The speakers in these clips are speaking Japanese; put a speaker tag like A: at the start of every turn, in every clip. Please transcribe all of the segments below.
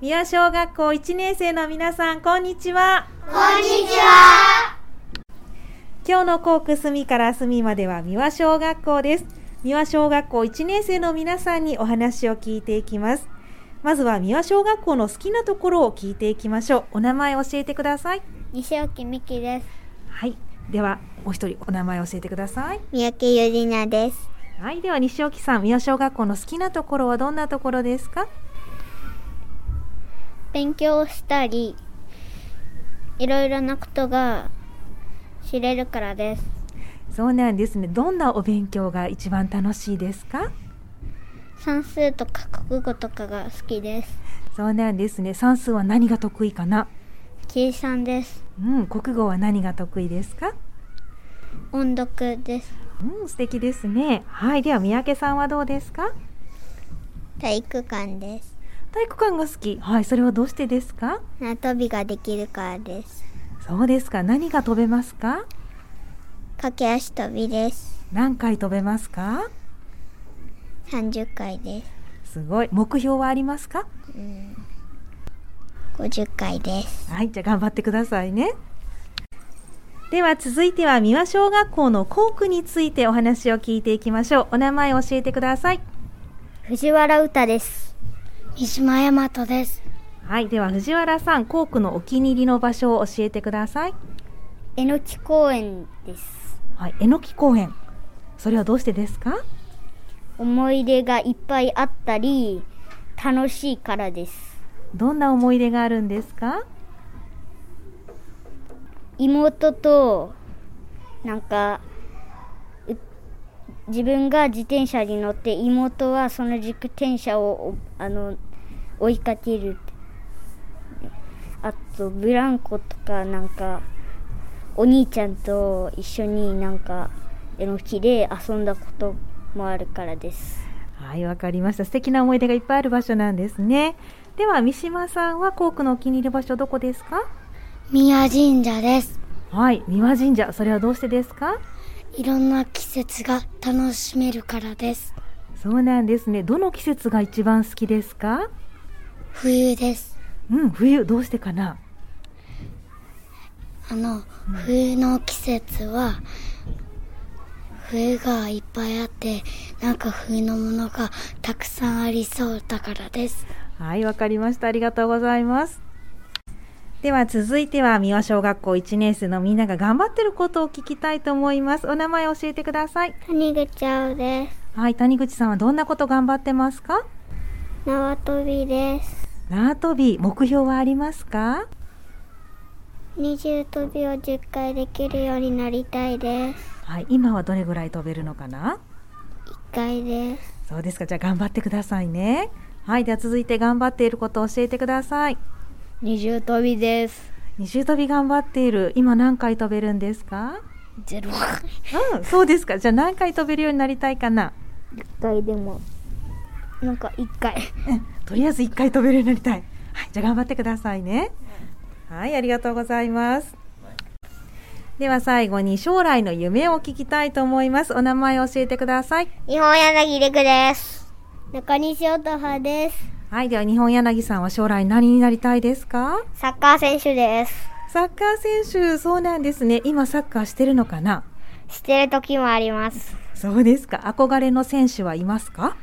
A: 宮小学校1年生の皆さん、こんにちは。
B: こんにちは。
A: 今日の校区隅から隅までは三輪小学校です。三輪小学校1年生の皆さんにお話を聞いていきます。まずは三輪小学校の好きなところを聞いていきましょう。お名前教えてください。
B: 西沖美希です。
A: はい。では、お一人お名前教えてください。
B: 三宅ゆりなです。
A: はい。では、西沖さん、三輪小学校の好きなところはどんなところですか
B: 勉強したり、いろいろなことが知れるからです。
A: そうなんですね。どんなお勉強が一番楽しいですか
B: 算数とか国語とかが好きです。
A: そうなんですね。算数は何が得意かな
B: 計算です。
A: うん、国語は何が得意ですか
B: 音読です。
A: うん、素敵ですね。はい、では三宅さんはどうですか
B: 体育館です。
A: 体育館が好き。はい、それはどうしてですか
B: 縄跳びができるからです。
A: そうですか。何が飛べますか
B: 駆け足跳びです。
A: 何回飛べますか
B: 30回です。
A: すごい。目標はありますか
B: 50回です。
A: はい、じゃあ頑張ってくださいね。では続いては三輪小学校の校区についてお話を聞いていきましょう。お名前教えてください。
B: 藤原歌です。三島大和です。
A: はい、では藤原さん、校区のお気に入りの場所を教えてください。
B: えのき公園です。
A: はい、えのき公園。それはどうしてですか
B: 思い出がいっぱいあったり、楽しいからです。
A: どんな思い出があるんですか
B: 妹と、なんか、う自分が自転車に乗って、妹はその自転車を、おあの、追いかける。あと、ブランコとか、なんか、お兄ちゃんと一緒になんか、えのきで遊んだこともあるからです。
A: はい、わかりました。素敵な思い出がいっぱいある場所なんですね。では、三島さんは校区のお気に入り場所どこですか
B: 宮神社です。
A: はい、三輪神社。それはどうしてですか
B: いろんな季節が楽しめるからです。
A: そうなんですね。どの季節が一番好きですか
B: 冬です。
A: うん、冬。どうしてかな
B: あの、冬の季節は、冬がいっぱいあって、なんか冬のものがたくさんありそうだからです。
A: はい、わかりました。ありがとうございます。では続いては三輪小学校1年生のみんなが頑張ってることを聞きたいと思います。お名前教えてください。
B: 谷口青です。
A: はい、谷口さんはどんなこと頑張ってますか
B: 縄跳びです。
A: 縄跳び、目標はありますか
B: 二重跳びを10回できるようになりたいです。
A: はい、今はどれぐらい飛べるのかな
B: 1回です。
A: そうですか、じゃあ頑張ってくださいね。はい、では続いて頑張っていることを教えてください。
B: 二重跳びです。
A: 二重跳び頑張っている。今何回飛べるんですか
B: ゼロ。
A: うん、そうですか。じゃあ何回飛べるようになりたいかな
B: 1回でも、なんか1回。
A: うん とりあえず一回飛べるようになりたい。はい、じゃあ頑張ってくださいね。はい、ありがとうございます。では最後に将来の夢を聞きたいと思います。お名前を教えてください。
B: 日本柳陸です。中西音葉です。
A: はい、では日本柳さんは将来何になりたいですか
B: サッカー選手です。
A: サッカー選手、そうなんですね。今サッカーしてるのかな
B: してる時もあります。
A: そうですか。憧れの選手はいますか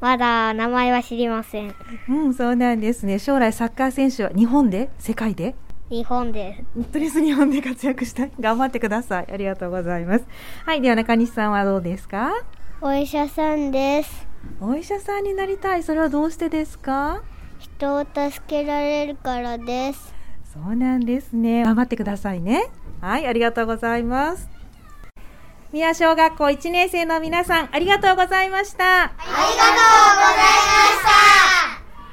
B: まだ名前は知りません。
A: うん、そうなんですね。将来サッカー選手は日本で世界で
B: 日本です。
A: とりあえず日本で活躍したい。頑張ってください。ありがとうございます。はい、では中西さんはどうですか
B: お医者さんです。
A: お医者さんになりたい。それはどうしてですか
B: 人を助けられるからです。
A: そうなんですね。頑張ってくださいね。はい、ありがとうございます。宮小学校1年生の皆さん、ありがとうございました。
B: ありがとうございました。